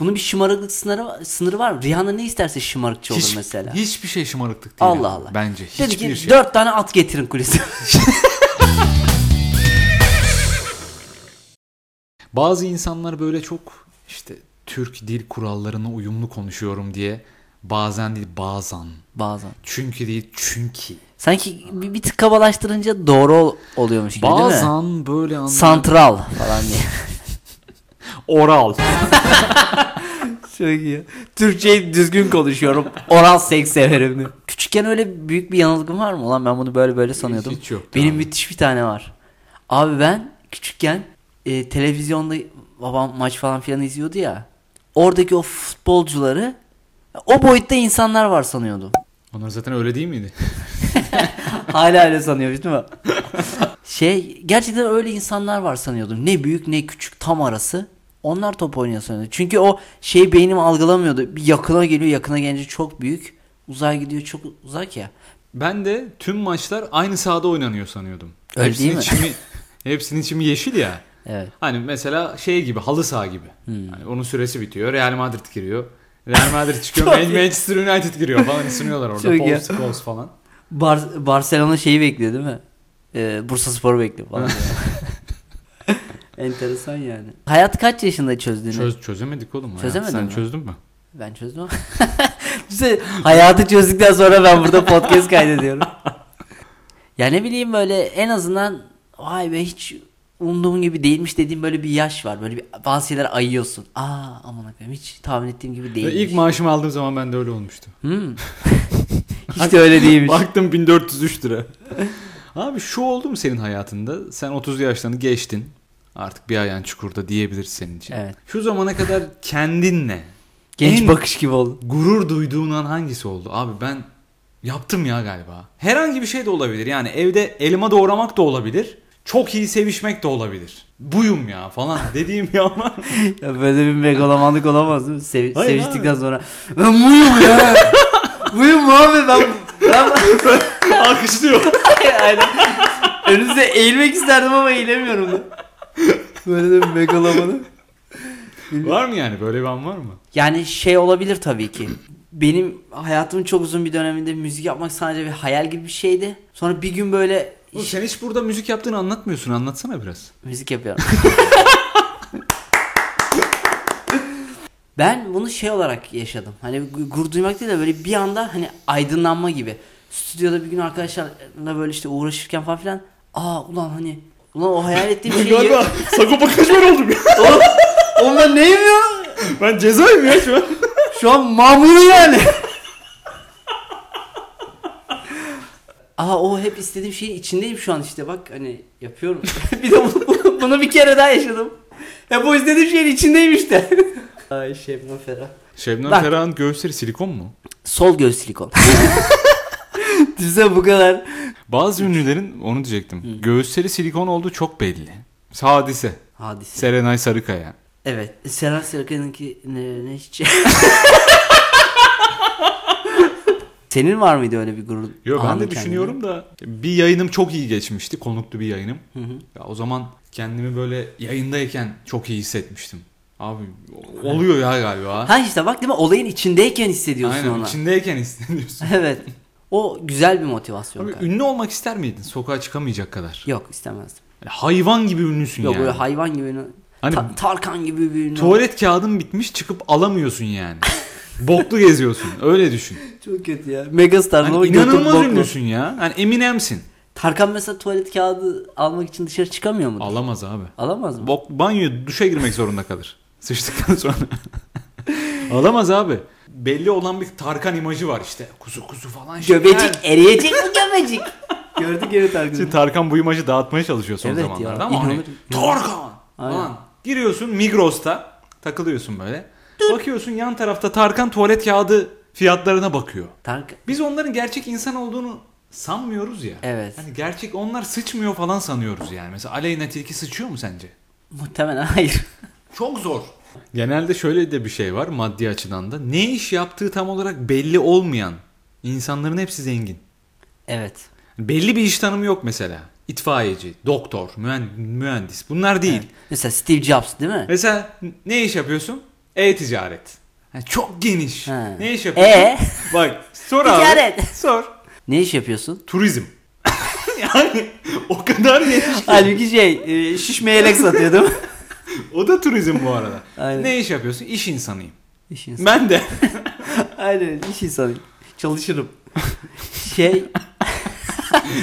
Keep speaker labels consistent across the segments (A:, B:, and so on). A: Bunun bir şımarıklık sınırı, sınırı var mı? Rihanna ne isterse şımarıkçı olur
B: Hiç-
A: mesela.
B: Hiçbir şey şımarıklık değil.
A: Allah Allah.
B: Bence
A: Dedi
B: hiçbir
A: ki
B: şey.
A: dört tane at getirin kulise.
B: Bazı insanlar böyle çok işte Türk dil kurallarına uyumlu konuşuyorum diye bazen değil bazen.
A: Bazen.
B: Çünkü değil çünkü.
A: Sanki bir, bir tık kabalaştırınca doğru ol- oluyormuş gibi değil mi?
B: Bazen böyle anlar.
A: Santral falan diye.
B: Oral.
A: Çok iyi. Türkçeyi düzgün konuşuyorum. Oral seks severim. Küçükken öyle büyük bir yanılgım var mı? Ulan ben bunu böyle böyle sanıyordum.
B: hiç yoktu
A: Benim
B: abi.
A: müthiş bir tane var. Abi ben küçükken e, televizyonda babam maç falan filan izliyordu ya. Oradaki o futbolcuları o boyutta insanlar var sanıyordum.
B: Onlar zaten öyle değil miydi?
A: Hala öyle sanıyormuş değil mi? şey gerçekten öyle insanlar var sanıyordum. Ne büyük ne küçük tam arası. Onlar top oynuyor sanıyordum. Çünkü o şey beynim algılamıyordu. Bir yakına geliyor yakına gelince çok büyük. Uzağa gidiyor çok uzak ya.
B: Ben de tüm maçlar aynı sahada oynanıyor sanıyordum.
A: Öyle
B: hepsinin
A: değil mi?
B: çimi, hepsinin çimi yeşil ya.
A: Evet.
B: Hani mesela şey gibi halı saha gibi.
A: Hmm.
B: Hani onun süresi bitiyor. Real Madrid giriyor. Real Madrid çıkıyor.
A: Çok
B: Man-
A: iyi.
B: Manchester United giriyor falan ısınıyorlar
A: Çok
B: orada.
A: iyi.
B: Pols, pols falan.
A: Bar- Barcelona şeyi bekliyor değil mi? Ee, Bursa Spor'u bekliyor falan. Enteresan yani. Hayat kaç yaşında çözdüğünü?
B: Çöz, çözemedik oğlum. hayatı.
A: Çözemedin
B: Sen
A: mi?
B: çözdün mü?
A: Ben çözdüm ama. Düşünsene, hayatı çözdükten sonra ben burada podcast kaydediyorum. ya ne bileyim böyle en azından vay be hiç umduğum gibi değilmiş dediğim böyle bir yaş var. Böyle bir, bazı şeyler ayıyorsun. Aa aman akıyım hiç tahmin ettiğim gibi değilmiş.
B: İlk maaşımı aldığım zaman ben de öyle olmuştu.
A: Hmm. hiç de öyle değilmiş.
B: Baktım 1403 lira. Abi şu oldu mu senin hayatında? Sen 30 yaşlarını geçtin. Artık bir ayağın çukurda diyebiliriz senin için.
A: Evet.
B: Şu zamana kadar kendinle
A: Genç
B: en
A: bakış gibi oldu.
B: gurur duyduğun an hangisi oldu? Abi ben yaptım ya galiba. Herhangi bir şey de olabilir. Yani evde elma doğramak da olabilir. Çok iyi sevişmek de olabilir. Buyum ya falan dediğim bir an var.
A: Ya böyle bir megalomanlık olamaz değil mi? Sev-
B: Hayır
A: seviştikten sonra. Ben buyum ya. buyum abi ben. ben...
B: Alkışlıyor.
A: Aynen. Önünüze eğilmek isterdim ama eğilemiyorum da. Böyle de bir megalomanı.
B: var mı yani böyle bir an var mı?
A: Yani şey olabilir tabii ki. Benim hayatımın çok uzun bir döneminde müzik yapmak sadece bir hayal gibi bir şeydi. Sonra bir gün böyle
B: Oğlum
A: iş-
B: sen hiç burada müzik yaptığını anlatmıyorsun. Anlatsana biraz.
A: müzik yapıyorum. ben bunu şey olarak yaşadım. Hani gu- gurur duymak değil de böyle bir anda hani aydınlanma gibi. Stüdyoda bir gün arkadaşlarla böyle işte uğraşırken falan filan. Aa ulan hani ulan o hayal ettiğim şeyi...
B: sakopa kaçman oldum ya.
A: Oğlum, oğlum ben neyim ya?
B: Ben cezayım ya şu an.
A: Şu an mamuru yani. Aa o hep istediğim şeyin içindeyim şu an işte bak hani yapıyorum. bir de bu- bu- bunu, bir kere daha yaşadım. Hep o istediğim şeyin içindeyim işte. Ay şey, Şebnem Ferah.
B: Şebnem
A: Bak.
B: Ferah'ın göğüsleri silikon mu?
A: Sol göğüs silikon. Düşünsene bu kadar.
B: Bazı ünlülerin onu diyecektim. Göğüsleri silikon olduğu çok belli. Hadise.
A: Hadise.
B: Serenay Sarıkaya.
A: Evet. Serhat Serkan'ınki ne, ne hiç. Senin var mıydı öyle bir gurur?
B: Yo ben
A: anı
B: de
A: kendine?
B: düşünüyorum da bir yayınım çok iyi geçmişti. Konuklu bir yayınım.
A: Hı hı.
B: Ya o zaman kendimi böyle yayındayken çok iyi hissetmiştim. Abi o- oluyor ya galiba.
A: Ha işte bak değil mi olayın içindeyken hissediyorsun
B: Aynen
A: ona.
B: içindeyken hissediyorsun.
A: Evet. O güzel bir motivasyon.
B: Abi
A: galiba.
B: ünlü olmak ister miydin? Sokağa çıkamayacak kadar.
A: Yok istemezdim.
B: Hayvan gibi ünlüsün
A: Yok
B: yani.
A: böyle hayvan gibi ünlü.
B: Hani-
A: Ta- Tarkan gibi bir ünlü.
B: Tuvalet kağıdın bitmiş çıkıp alamıyorsun yani. Boklu geziyorsun. Öyle düşün.
A: Çok kötü ya. Megastar.
B: Hani inanılmaz ünlüsün ya. Hani Eminem'sin.
A: Tarkan mesela tuvalet kağıdı almak için dışarı çıkamıyor mu?
B: Alamaz abi.
A: Alamaz mı?
B: Bok, banyo duşa girmek zorunda kalır. Sıçtıktan sonra. Alamaz abi. Belli olan bir Tarkan imajı var işte. Kuzu kuzu falan. şey. şeyler.
A: göbecik eriyecek mi göbecik? Gördük yeri
B: İşte
A: Tarkan'ı.
B: Tarkan bu imajı dağıtmaya çalışıyor son
A: Evet ya,
B: zamanlarda ama hani,
A: inanılır.
B: Tarkan
A: Aynen.
B: falan. Giriyorsun Migros'ta takılıyorsun böyle. Bakıyorsun yan tarafta Tarkan tuvalet kağıdı fiyatlarına bakıyor.
A: Tarkan.
B: Biz onların gerçek insan olduğunu sanmıyoruz ya.
A: Evet.
B: Hani gerçek onlar sıçmıyor falan sanıyoruz yani. Mesela Aleyna Tilki sıçıyor mu sence?
A: Muhtemelen hayır.
B: Çok zor. Genelde şöyle de bir şey var maddi açıdan da. Ne iş yaptığı tam olarak belli olmayan insanların hepsi zengin.
A: Evet.
B: Belli bir iş tanımı yok mesela. İtfaiyeci, doktor, mühen- mühendis bunlar değil.
A: Mesela Steve Jobs değil mi?
B: Mesela ne iş yapıyorsun? E-ticaret. Ha, çok geniş.
A: Ha.
B: Ne iş yapıyorsun?
A: E?
B: Bak sor abi.
A: Ticaret.
B: Sor.
A: Ne iş yapıyorsun?
B: Turizm. yani o kadar geniş ki.
A: Halbuki şey e, şişme yelek satıyordum.
B: O da turizm bu arada.
A: Aynen.
B: Ne iş yapıyorsun? İş insanıyım.
A: İş insanı.
B: Ben de.
A: Aynen iş insanı. Çalışırım. Şey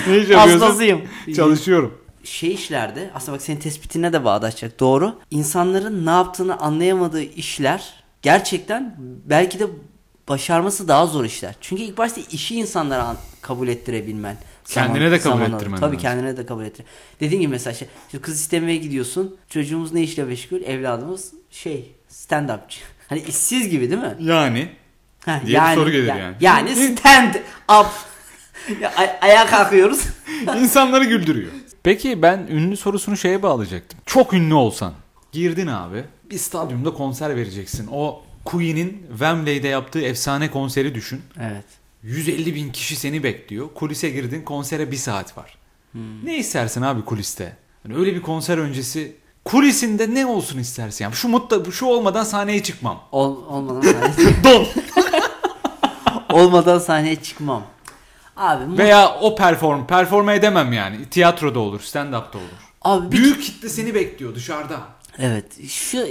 B: ne iş yapıyorsun?
A: hastasıyım.
B: Çalışıyorum.
A: şey işlerde aslında bak senin tespitine de bağdaşacak doğru. İnsanların ne yaptığını anlayamadığı işler gerçekten belki de başarması daha zor işler. Çünkü ilk başta işi insanlara an- kabul ettirebilmen.
B: Kendine
A: Zaman-
B: de kabul
A: zaman alır.
B: ettirmen
A: Tabii
B: lazım.
A: kendine de kabul ettir. Dediğim gibi mesela şey, şimdi kız istemeye gidiyorsun. Çocuğumuz ne işle meşgul? Evladımız şey stand upçı. Hani işsiz gibi değil mi?
B: Yani.
A: Ha,
B: Diye bir soru gelir yani.
A: Yani stand up. Ya, ay- ayağa kalkıyoruz.
B: İnsanları güldürüyor. Peki ben ünlü sorusunu şeye bağlayacaktım. Çok ünlü olsan. Girdin abi. Bir stadyumda konser vereceksin. O Queen'in Wembley'de yaptığı efsane konseri düşün.
A: evet.
B: 150 bin kişi seni bekliyor. Kulise girdin konsere bir saat var. Ne istersin abi kuliste? Hani öyle bir konser öncesi kulisinde ne olsun istersin? Yani şu mutlu şu olmadan sahneye çıkmam.
A: Ol, olmadan sahneye
B: Don.
A: Olmadan sahneye çıkmam. Abi mu-
B: Veya o perform performa edemem yani. Tiyatroda olur, stand up'ta olur.
A: abi bir-
B: Büyük kitle seni bekliyor dışarıda.
A: evet şu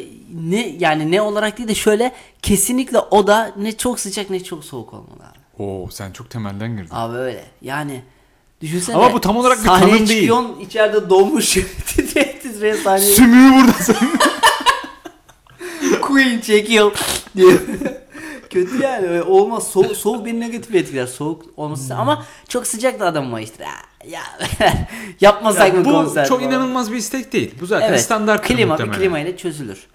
A: ne yani ne olarak değil de şöyle kesinlikle o da ne çok sıcak ne çok soğuk olmalı abi.
B: Oo sen çok temelden girdin.
A: Abi öyle. Yani düşünsene.
B: Ama bu tam olarak bir
A: sahneye
B: tanım değil.
A: çıkıyorsun, içeride donmuş titreye titreye sahneye
B: Sümüğü burada sen.
A: Queen çekiyor diyor. Kötü yani öyle olmaz. Soğuk, soğuk beni negatif etkiler. Soğuk olması
B: Hmm.
A: ama çok sıcak da adam var işte. Ha, Ya yapmasak mı konser?
B: Bu çok
A: falan?
B: inanılmaz bir istek değil. Bu zaten standart
A: klima,
B: muhtemelen.
A: klima ile çözülür.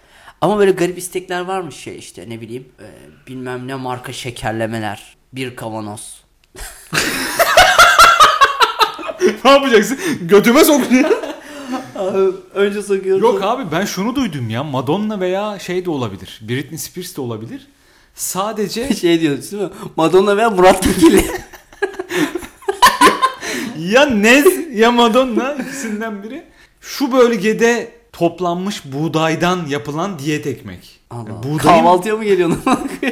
A: Ama böyle garip istekler varmış şey işte ne bileyim e, bilmem ne marka şekerlemeler bir kavanoz.
B: ne yapacaksın? Götüme sokuyor.
A: önce sokuyorum.
B: Yok abi ben şunu duydum ya Madonna veya şey de olabilir. Britney Spears de olabilir. Sadece
A: Şey diyorsun değil mi? Madonna veya Murat Kekilli.
B: ya Nez ya Madonna ikisinden biri. Şu bölgede toplanmış buğdaydan yapılan diyet ekmek. Yani buğdayın,
A: Kahvaltıya mı geliyorsun?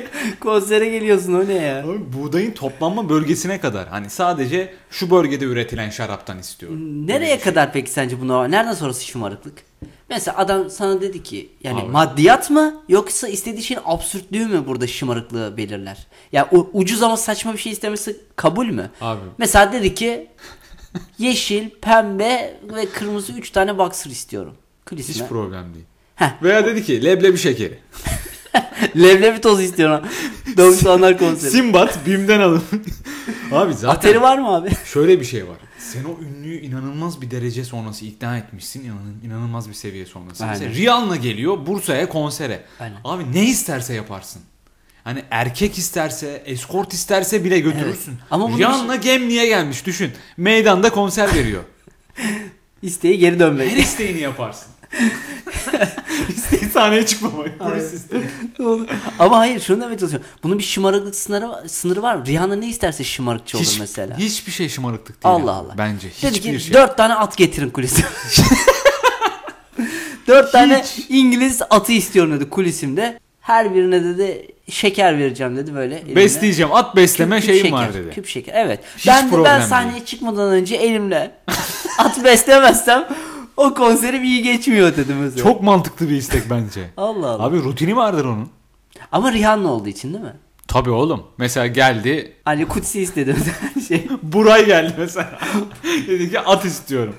A: Konsere geliyorsun o ne ya?
B: Abi buğdayın toplanma bölgesine kadar. Hani sadece şu bölgede üretilen şaraptan istiyorum.
A: Nereye kadar peki sence bu normal? Nereden sonrası şımarıklık? Mesela adam sana dedi ki yani
B: Abi.
A: maddiyat mı yoksa istediği şeyin absürtlüğü mü burada şımarıklığı belirler? Ya u- ucuz ama saçma bir şey istemesi kabul mü?
B: Abi.
A: Mesela dedi ki yeşil, pembe ve kırmızı 3 tane boxer istiyorum.
B: Hiç
A: Klisme.
B: problem değil.
A: Heh.
B: Veya dedi ki leblebi şekeri.
A: Leblebi tozu istiyorum. 90'lar konseri.
B: Simbat BİM'den alın. abi zaten
A: Ateri var mı abi?
B: Şöyle bir şey var. Sen o ünlüyü inanılmaz bir derece sonrası ikna etmişsin. inan- inanılmaz bir seviye sonrası.
A: Aynen.
B: Mesela Rihanna geliyor Bursa'ya konsere.
A: Aynen.
B: Abi ne isterse yaparsın. Hani erkek isterse, eskort isterse bile götürürsün.
A: Evet. Ama bunu şey-
B: Rihanna Gemli'ye gelmiş düşün. Meydanda konser veriyor.
A: İsteği geri dönmek.
B: Her isteğini yaparsın. İsteği sahneye çıkmamak. Polis isteği.
A: Doğru. Ama hayır şunu demeye çalışıyorum. Bunun bir şımarıklık sınırı, sınırı var mı? Rihanna ne isterse şımarıkçı olur
B: Hiç-
A: mesela.
B: Hiçbir şey şımarıklık değil.
A: Allah
B: abi.
A: Allah.
B: Bence
A: Dedi
B: hiçbir
A: ki
B: şey.
A: dört tane at getirin kulise. dört tane İngiliz atı istiyorum dedi kulisimde. Her birine dedi şeker vereceğim dedi böyle. elimle.
B: Besleyeceğim. At
A: Küp-
B: besleme
A: küp
B: şeyim
A: şeker,
B: var dedi.
A: Küp şeker evet.
B: Hiç
A: ben de ben
B: problem
A: sahneye
B: değil.
A: çıkmadan önce elimle at beslemezsem o konserim iyi geçmiyor dedim mesela.
B: Çok mantıklı bir istek bence.
A: Allah Allah.
B: Abi rutini vardır onun.
A: Ama Rihanna olduğu için değil mi?
B: Tabii oğlum. Mesela geldi.
A: Hani Kutsi istedim şey.
B: Buray geldi mesela. Dedi ki at istiyorum.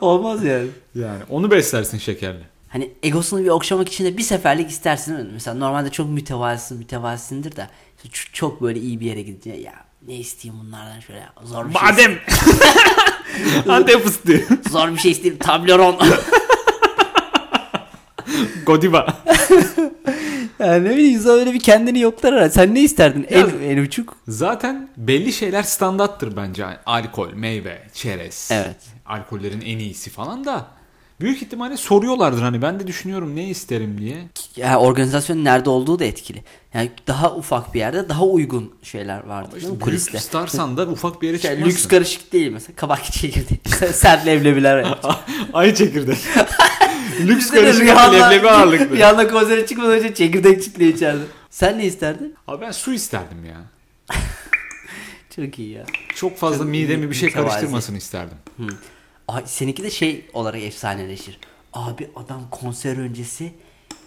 A: Olmaz yani.
B: Yani onu beslersin şekerle.
A: Hani egosunu bir okşamak için de bir seferlik istersin. değil mi? Mesela normalde çok mütevazısın, mütevazisindir de işte ç- çok böyle iyi bir yere gidince ya ne isteyeyim bunlardan şöyle zor bir şey,
B: Badem. Antep fıstığı.
A: zor bir şey isteyeyim tableron.
B: Godiva.
A: yani ne bileyim insan öyle bir kendini yoklar herhalde. Sen ne isterdin
B: Ya-
A: en, en uçuk?
B: Zaten belli şeyler standarttır bence. Alkol, meyve, çerez.
A: Evet.
B: Alkollerin en iyisi falan da. Büyük ihtimalle soruyorlardır hani ben de düşünüyorum ne isterim diye.
A: Ya organizasyonun nerede olduğu da etkili. Yani daha ufak bir yerde daha uygun şeyler vardı. değil mi?
B: Büyük
A: Kuliste.
B: starsan da ufak bir yere
A: Şey,
B: çıkmazsın.
A: lüks karışık değil mesela. Kabak çekirdeği. Serle evlebiler.
B: Ay çekirdek. Lüks karışık leblebi ağırlıklı.
A: Rüyanda konsere çıkmadan önce çekirdek çitliği içerdi. Sen ne isterdin?
B: Abi ben su isterdim ya.
A: Çok iyi ya.
B: Çok fazla
A: Çok
B: midemi bir şey
A: mütevazi.
B: karıştırmasını isterdim.
A: Hı. Ay, seninki de şey olarak efsaneleşir. Abi adam konser öncesi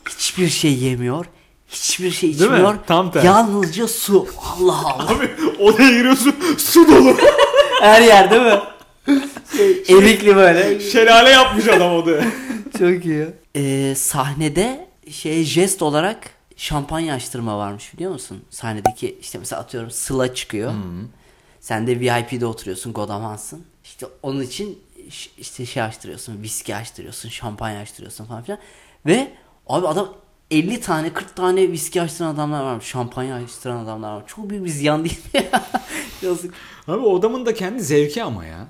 A: hiçbir şey yemiyor. Hiçbir şey
B: Değil mi?
A: içmiyor.
B: Tam tersi.
A: Yalnızca su. Allah Allah.
B: Abi odaya giriyorsun su dolu.
A: Her yer değil mi?
B: Şey,
A: Erikli böyle.
B: Şelale yapmış adam odaya.
A: Çok iyi. Ee, sahnede şey jest olarak şampanya açtırma varmış biliyor musun? Sahnedeki işte mesela atıyorum Sıla çıkıyor.
B: Hmm.
A: Sen de VIP'de oturuyorsun, Godamansın. İşte onun için ş- işte şey açtırıyorsun, viski açtırıyorsun, şampanya açtırıyorsun falan filan. Ve abi adam 50 tane 40 tane viski açtıran adamlar varmış. Şampanya açtıran adamlar varmış. Çok büyük bir ziyan değil mi? Yazık.
B: Abi o adamın da kendi zevki ama ya.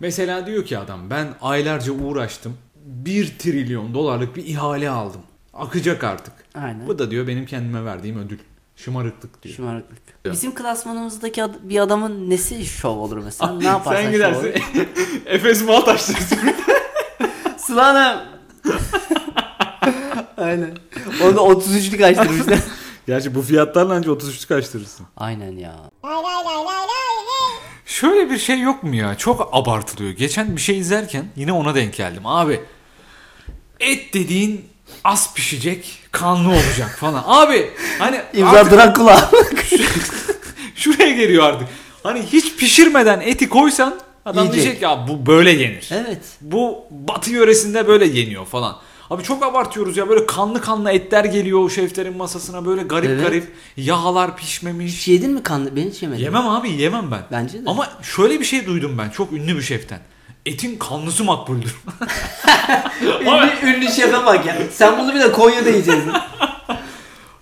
B: Mesela diyor ki adam ben aylarca uğraştım. 1 trilyon dolarlık bir ihale aldım. Akacak artık.
A: Aynen.
B: Bu da diyor benim kendime verdiğim ödül. Şımarıklık diyor.
A: Şımarıklık.
B: Ya.
A: Bizim klasmanımızdaki ad- bir adamın nesi şov olur mesela? ne yaparsan
B: Sen
A: şov
B: gidersin.
A: olur.
B: Efes Maltaş dersin.
A: Sıla'nın. Aynen. Onu 33'lük açtırmışlar.
B: Gerçi bu fiyatlarla anca 33 kaçtırırsın.
A: Aynen ya.
B: Şöyle bir şey yok mu ya? Çok abartılıyor. Geçen bir şey izlerken yine ona denk geldim. Abi et dediğin az pişecek, kanlı olacak falan. Abi hani
A: İmza
B: artık
A: Drakula.
B: şuraya geliyor artık. Hani hiç pişirmeden eti koysan adam
A: Yiyecek.
B: diyecek ya bu böyle yenir.
A: evet.
B: Bu batı yöresinde böyle yeniyor falan. Abi çok abartıyoruz ya böyle kanlı kanlı etler geliyor o şeflerin masasına böyle garip
A: Evet.
B: garip yağlar pişmemiş.
A: Hiç yedin mi kanlı? Ben hiç yemedim.
B: Yemem abi yemem ben.
A: Bence de.
B: Ama şöyle bir şey duydum ben çok ünlü bir şeften. Etin kanlısı makbuldür.
A: Ünlü, ünlü şefe bak ya. Sen bunu bir de Konya'da yiyeceksin.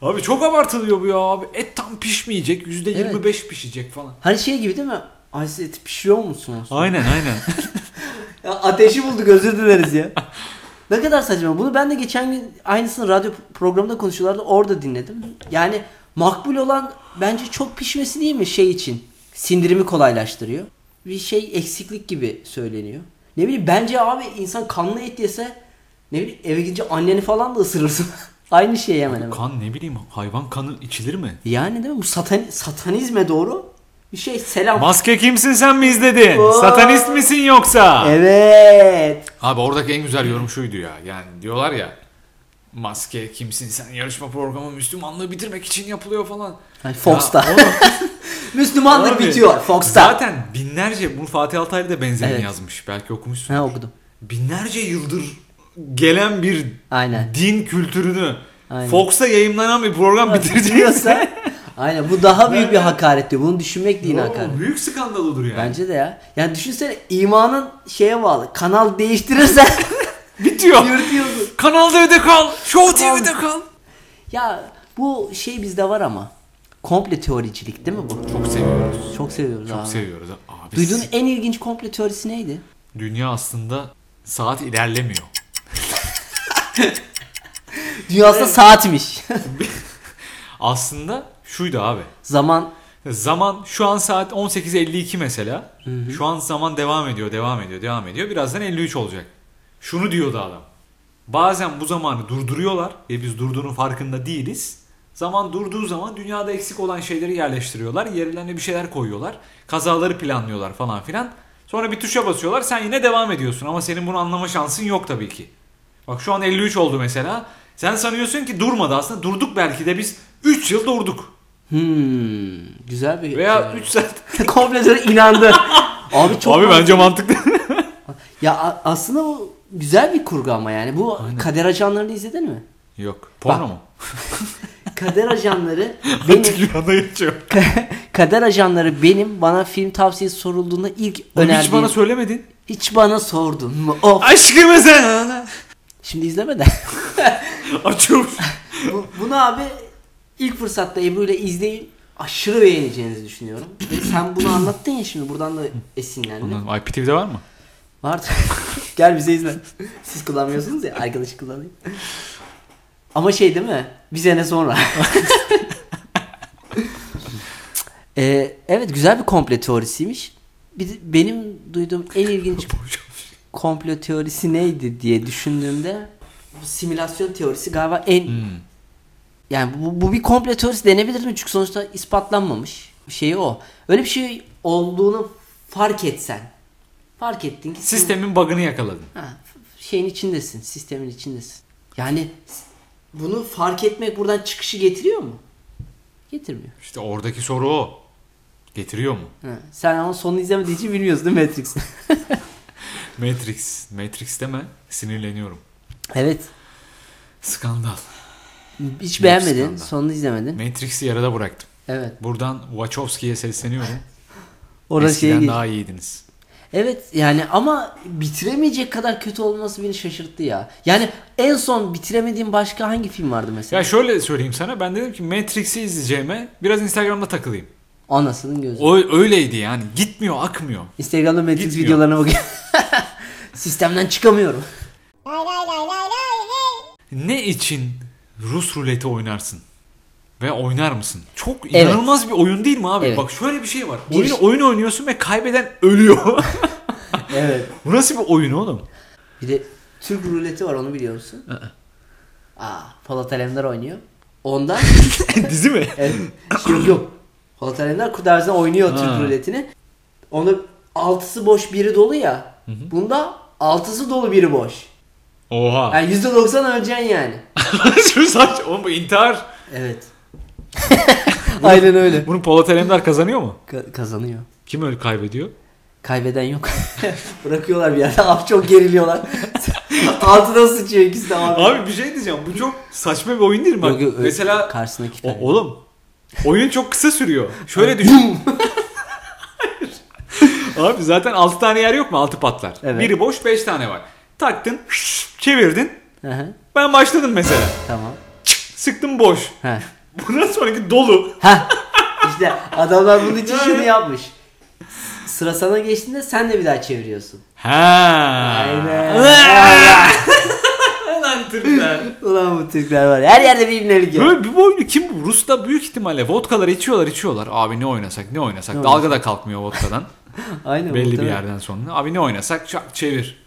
B: abi çok abartılıyor bu ya abi. Et tam pişmeyecek %25 pişecek falan.
A: Hani şey gibi değil mi? Ay siz eti pişiriyor musunuz?
B: Aynen aynen.
A: Ya ateşi bulduk özür dileriz ya. Ne kadar saçma. Bunu ben de geçen gün aynısını radyo programında konuşuyorlardı. Orada dinledim. Yani makbul olan bence çok pişmesi değil mi şey için? Sindirimi kolaylaştırıyor. Bir şey eksiklik gibi söyleniyor. Ne bileyim bence abi insan kanlı et yese ne bileyim eve gidince anneni falan da ısırırsın. Aynı şey hemen hemen.
B: kan ne bileyim hayvan kanı içilir mi?
A: Yani değil mi? Bu satan, satanizme doğru bir şey selam.
B: Maske kimsin sen mi izledin?
A: Oo.
B: Satanist misin yoksa?
A: evet.
B: Abi oradaki en güzel yorum şuydu ya. Yani diyorlar ya maske kimsin sen yarışma programı Müslümanlığı bitirmek için yapılıyor falan.
A: Hani Fox'ta.
B: Ya oğlum-
A: Müslümanlık
B: Abi,
A: bitiyor Fox'ta.
B: Zaten binlerce, bunu Fatih Altaylı da benzerini
A: Evet.
B: yazmış. Belki okumuşsun.
A: Ha okudum.
B: Binlerce yıldır gelen bir
A: Aynen.
B: din kültürünü
A: Aynen.
B: Fox'ta yayınlanan bir program bitirecekse
A: Bitiriyorsa aynen bu daha büyük bir hakaret diyor. Bunu düşünmek değil hakaret.
B: Oo, büyük skandal olur yani.
A: Bence de ya. Yani düşünsene imanın şeye bağlı. Kanal değiştirirsen
B: Bitiyor.
A: yırtıyorsun.
B: Kanal D'de kal, Show
A: Tamam.
B: TV'de kal.
A: Ya bu şey bizde var ama. Komple teoricilik değil mi bu?
B: Çok seviyoruz.
A: Çok seviyoruz
B: Çok
A: abi.
B: seviyoruz abi.
A: Duyduğun en ilginç komple teorisi neydi?
B: Dünya aslında saat ilerlemiyor.
A: Dünyasında saatmiş.
B: Aslında şuydu abi.
A: Zaman
B: Zaman şu an saat 18.52 mesela. Şu an zaman devam ediyor, devam ediyor, devam ediyor. Birazdan 53 olacak. Şunu diyordu adam. Bazen bu zamanı durduruyorlar ve biz durduğunun farkında değiliz. Zaman durduğu zaman dünyada eksik olan şeyleri yerleştiriyorlar. Yerlerine bir şeyler koyuyorlar. Kazaları planlıyorlar falan filan. Sonra bir tuşa basıyorlar. Sen yine devam ediyorsun ama senin bunu anlama şansın yok tabii ki. Bak şu an 53 oldu mesela. Sen sanıyorsun ki durmadı aslında. Durduk belki de biz 3 yıl durduk.
A: hmm, güzel bir
B: Veya 3 saat
A: komple teori inandı. abi çok
B: Abi bence mantıklı.
A: Ya a- aslında o güzel bir kurgu ama yani. Bu kader ajanlarını izledin mi?
B: Yok.
A: Porno
B: mu?
A: Kader ajanları benim
B: Yunan'a geçiyor.
A: kader ajanları benim bana film tavsiyesi sorulduğunda ilk önerdiğim.
B: Hiç bana söylemedin.
A: Hiç bana sordun mu? Of.
B: Aşkımı sen.
A: Şimdi izleme de.
B: Açıyorum.
A: Bu- bunu abi ilk fırsatta Ebru ile izleyin. Aşırı beğeneceğinizi düşünüyorum. Ve sen bunu anlattın ya şimdi buradan da esinlendim.
B: IPTV'de var mı?
A: Var. Gel bize izle. Siz kullanmıyorsunuz ya arkadaşı kullanayım. Ama şey değil mi? Bir sene sonra. Ee, evet güzel bir komplo teorisiymiş. Bir de benim duyduğum en ilginç komplo teorisi neydi diye düşündüğümde Bu simülasyon teorisi galiba en yani bu, bu bir komplo teorisi denebilir mi? Çünkü sonuçta ispatlanmamış. Şeyi o. Öyle bir şey olduğunu fark etsen. Fark ettin ki
B: Sistemin bug'ını yakaladın.
A: Ha, şeyin içindesin, sistemin içindesin. Yani s- bunu fark etmek buradan çıkışı getiriyor mu? Getirmiyor.
B: İşte oradaki soru o. Getiriyor mu?
A: Ha, Sen ama sonunu izlemediğin için bilmiyorsun değil mi Matrix'i?
B: Matrix. Matrix deme. Sinirleniyorum.
A: evet.
B: Skandal.
A: Hiç beğenmedin,
B: skandal.
A: sonunu izlemedin.
B: Matrix'i yarıda bıraktım.
A: Evet.
B: Buradan Wachowski'ye sesleniyorum.
A: Orada şeye
B: Eskiden
A: geç-
B: daha iyiydiniz.
A: şey Evet yani ama bitiremeyecek kadar kötü olması beni şaşırttı ya. Yani en son bitiremediğim başka hangi film vardı mesela?
B: Ya şöyle söyleyeyim sana. Ben dedim ki Matrix'i izleyeceğime biraz Instagram'da takılayım.
A: Anasının gözü.
B: O öyleydi yani. Gitmiyor, akmıyor.
A: Instagram'da Matrix
B: Gitmiyor.
A: videolarına bakıyorum. Sistemden çıkamıyorum.
B: Ne için Rus ruleti oynarsın? Ve oynar mısın? Çok inanılmaz bir oyun değil mi abi?
A: Evet.
B: Bak şöyle bir şey var.
A: Bir-
B: Oyun, oyun oynuyorsun ve kaybeden ölüyor.
A: Evet.
B: Bu nasıl bir oyun oğlum?
A: Bir de Türk ruleti var onu biliyor musun? Aa, Polat Alemdar oynuyor. Onda
B: Dizi mi?
A: evet, şey yok. Polat Alemdar kudurda oynuyor
B: Ha.
A: Türk ruletini. Onda altısı boş biri dolu ya. Bunda altısı dolu biri boş.
B: Oha.
A: Yani %90 öleceksin yani.
B: Şu saç. Oğlum bu intihar.
A: Evet. Aynen öyle.
B: Bunu Polat Alemdar kazanıyor mu?
A: Ka- kazanıyor.
B: Kim öyle kaybediyor?
A: Kaybeden yok. Bırakıyorlar bir yerde. Abi çok geriliyorlar. Altına sıçıyor ikisi de abi.
B: Abi bir şey diyeceğim. Bu çok saçma bir oyun değil mi? Bak,
A: Yok, yok, öyle
B: mesela
A: karşısındaki
B: O-
A: kaybediyor.
B: oğlum oyun çok kısa sürüyor. Şöyle düşün. Abi zaten 6 tane yer yok mu? 6 patlar.
A: Evet.
B: Biri boş 5 tane var. Taktın, çevirdin.
A: Hı hı,
B: Ben başladım mesela.
A: tamam.
B: Sıktım boş.
A: Ha.
B: Bundan sonraki dolu.
A: Ha. İşte adamlar bunun için şunu yapmış. Sıra sana geçtiğinde sen de bir daha çeviriyorsun.
B: Ha.
A: Aynen.
B: Lan Türkler.
A: Ulan bu Türkler var. ya, Her yerde bilimleri yok.
B: Böyle bir oyunu kim bu? Rus'ta büyük ihtimalle vodkaları içiyorlar içiyorlar. Abi ne oynasak ne oynasak. Dalga da kalkmıyor vodkadan.
A: Aynen.
B: Belli bir
A: muhtemelen.
B: yerden sonra. Abi ne oynasak çak çevir.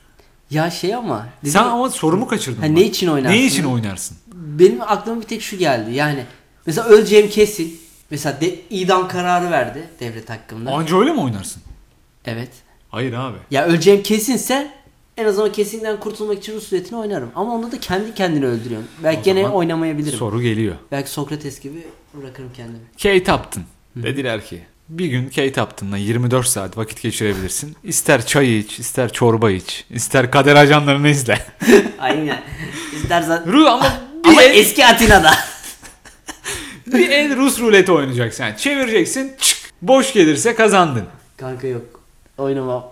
A: Ya şey ama. dedim
B: Sen
A: ya,
B: ama sorumu kaçırdın.
A: Ha,
B: bak.
A: ne için oynarsın?
B: Ne için oynarsın?
A: Benim aklıma bir tek şu geldi. Yani mesela öleceğim kesin. Mesela de, idam kararı verdi devlet hakkında.
B: Anca öyle mi oynarsın?
A: Evet.
B: Hayır abi.
A: Ya öleceğim kesinse en azından kesinden kurtulmak için Rus ruletini oynarım. Ama onda da kendi kendini öldürüyorum. Belki
B: O
A: gene
B: zaman
A: oynamayabilirim.
B: Soru geliyor.
A: Belki Sokrates gibi bırakırım kendimi.
B: Kate Upton. Dediler ki bir gün Kate Upton'la 24 saat vakit geçirebilirsin. İster çay iç, ister çorba iç, ister kader ajanlarını izle.
A: Aynen. İstersen
B: Ru ama bir,
A: Ama
B: el,
A: eski Atina'da.
B: bir el Rus ruleti oynayacaksın. Yani çevireceksin, çık. Boş gelirse kazandın.
A: kanka yok. Oynamam.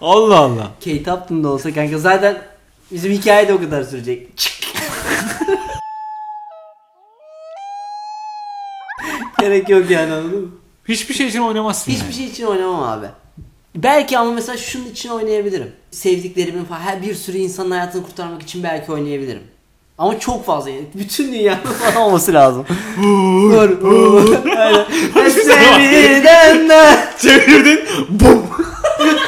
B: Allah Allah.
A: Kate Upton da olsa kanka zaten bizim hikaye de o kadar sürecek. Çık. Gerek yok yani anladın mı?
B: Hiçbir şey için oynamazsın.
A: Hiçbir şey için oynamam abi. Belki ama mesela şunun için oynayabilirim. Sevdiklerimin falan her bir sürü insanın hayatını kurtarmak için belki oynayabilirim. Ama çok fazla yani. Bütün dünyanın falan olması lazım. Vur, vur. Aynen. Ve Sevgiden de.
B: Çevirdin, bum.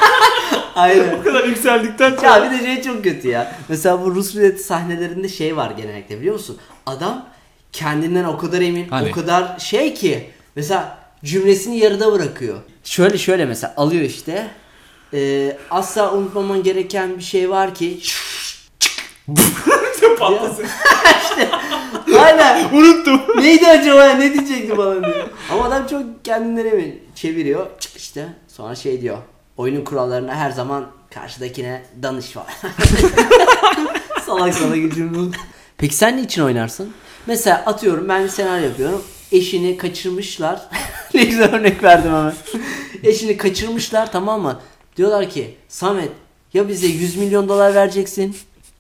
A: Aynen.
B: Bu kadar yükseldikten sonra.
A: Ya bir de şey çok kötü ya. Mesela bu Rus ruleti sahnelerinde şey var genellikle biliyor musun? Adam kendinden o kadar emin,
B: Hani?
A: o kadar şey ki. Mesela cümlesini yarıda bırakıyor. Şöyle şöyle mesela alıyor işte. Ee, asla unutmaman gereken bir şey var ki.
B: Patlasın.
A: Aynen.
B: Unuttum.
A: Neydi acaba ne diyecekti falan diyor. Ama adam çok kendinden emin. Çeviriyor çık işte. Sonra şey diyor. Oyunun kurallarına her zaman karşıdakine danış var. salak salak cümle. Peki sen ne için oynarsın? Mesela atıyorum ben bir senaryo yapıyorum. Eşini kaçırmışlar. ne güzel örnek verdim hemen. Eşini kaçırmışlar tamam mı? Diyorlar ki Samet ya bize 100 milyon dolar vereceksin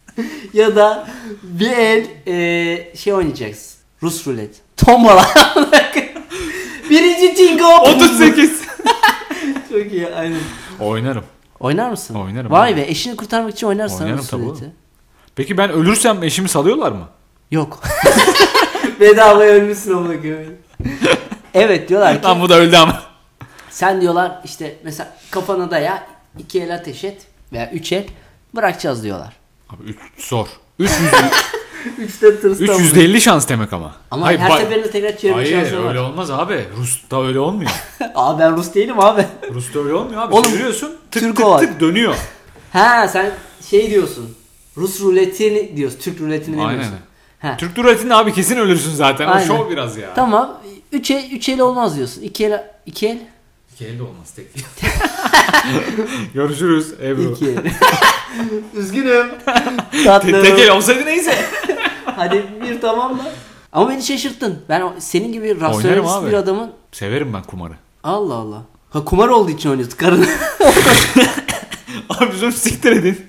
A: ya da bir el e, şey oynayacaksın. Rus rulet. Tombala. Birinci tingo.
B: 38.
A: Çok iyi aynen.
B: Oynarım.
A: Oynar mısın?
B: Oynarım
A: Vay
B: abi.
A: be eşini kurtarmak için oynarsan
B: Oynarım
A: Rus
B: tabii
A: ruleti.
B: oğlum. Peki ben ölürsem eşimi salıyorlar mı?
A: Yok. Bedavaya ölmüşsün amına koyayım. evet diyorlar ki
B: Tam bu da öldü ama.
A: sen diyorlar işte mesela kafana daya iki el ateş et veya üç el bırakacağız diyorlar.
B: Abi üç zor. 300,
A: Üçte tırstım.
B: 350 şans demek ama.
A: Ama
B: Hayır,
A: her
B: bay-
A: seferinde tekrar çevirme
B: Hayır
A: şansı var.
B: öyle olmaz abi. Rus'ta öyle olmuyor.
A: Abi ben Rus değilim abi.
B: Rus'ta öyle olmuyor abi.
A: Oğlum,
B: Çeviriyorsun tık
A: Türk
B: tık
A: var.
B: tık dönüyor.
A: Ha sen şey diyorsun. Rus ruletini diyorsun. Türk ruletini
B: Aynen.
A: demiyorsun. Ha.
B: Türk ruletinde abi kesin ölürsün zaten.
A: Aynen.
B: O şov biraz ya.
A: Tamam. Üçe, üç el olmaz diyorsun. İki el. iki el.
B: İki elde olmaz tek. Görüşürüz Ebru.
A: İki el. Üzgünüm. Tatlım.
B: Te- tek el olsaydı neyse.
A: Hadi bir tamam da. Ama beni şaşırttın. Ben o- senin gibi rasyonelist
B: abi.
A: bir adamın.
B: Severim ben kumarı.
A: Allah Allah. Ha kumar olduğu için oynuyorsun karın.
B: Abi biz onu siktir edin.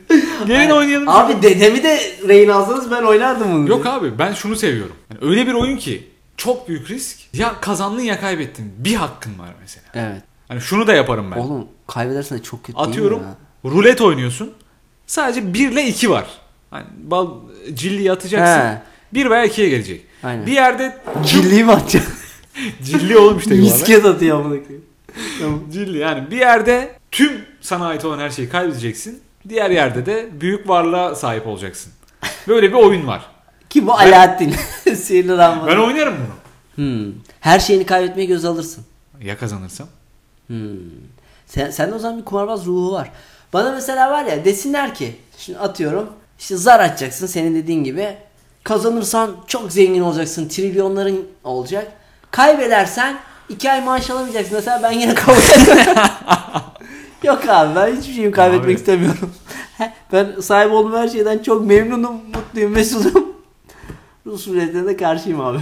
B: Gelin oynayalım.
A: abi dedemi de rehin alsanız ben oynardım bunu.
B: Yok abi ben şunu seviyorum. Yani öyle bir oyun ki çok büyük risk. Ya kazandın ya kaybettin. Bir hakkın var mesela.
A: Evet.
B: Hani şunu da yaparım ben.
A: Oğlum kaybedersen de çok kötü
B: Atıyorum
A: değil mi ya?
B: rulet oynuyorsun. Sadece 1 ile 2 var. Hani bal cilliyi
A: He.
B: atacaksın. 1 veya 2'ye gelecek.
A: Aynen.
B: Bir yerde
A: Cilliyi mi atacaksın?
B: cilli oğlum işte yuvarlak.
A: Misket atıyor amına koyayım. Tamam.
B: Cilli yani bir yerde tüm sana ait olan her şeyi kaybedeceksin. Diğer yerde de büyük varlığa sahip olacaksın. Böyle bir oyun var.
A: Ki bu Alaaddin. Sihirli lamba.
B: Ben oynarım bunu.
A: Hmm. Her şeyini kaybetmeye göz alırsın.
B: Ya kazanırsam?
A: Hmm. Sen, sen o zaman bir kumarbaz ruhu var. Bana mesela var ya desinler ki şimdi atıyorum işte zar atacaksın senin dediğin gibi. Kazanırsan çok zengin olacaksın. Trilyonların olacak. Kaybedersen iki ay maaş alamayacaksın. Mesela ben yine kabul etmem. Yok abi ben hiçbir şeyimi kaybetmek
B: Abi.
A: istemiyorum. ben sahip olduğum her şeyden çok memnunum, mutluyum, mesutum. Rus milletine de karşıyım abi.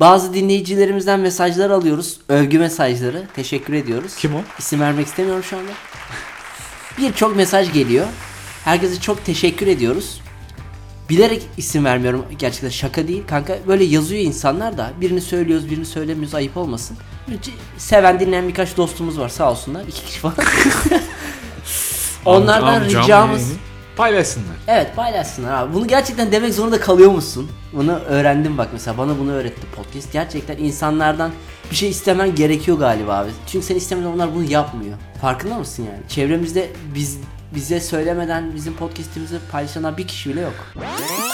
A: Bazı dinleyicilerimizden mesajlar alıyoruz. Övgü mesajları. Teşekkür ediyoruz.
B: Kim o?
A: İsim vermek istemiyorum şu anda. Birçok mesaj geliyor. Herkese çok teşekkür ediyoruz. Bilerek isim vermiyorum gerçekten şaka değil kanka. Böyle yazıyor insanlar da birini söylüyoruz birini söylemiyoruz ayıp olmasın. C- Seven dinleyen birkaç dostumuz var sağ olsunlar. iki kişi falan. Onlardan
B: Am- amcam
A: ricamız...
B: yeğeni. Paylaşsınlar.
A: Evet paylaşsınlar abi. Bunu gerçekten demek zorunda kalıyor musun? Bunu öğrendim bak mesela bana bunu öğretti podcast. Gerçekten insanlardan bir şey istemen gerekiyor galiba abi. Çünkü sen istemeden onlar bunu yapmıyor. Farkında mısın yani? Çevremizde biz bize söylemeden bizim podcast'imizi paylaşanlar bir kişi bile yok.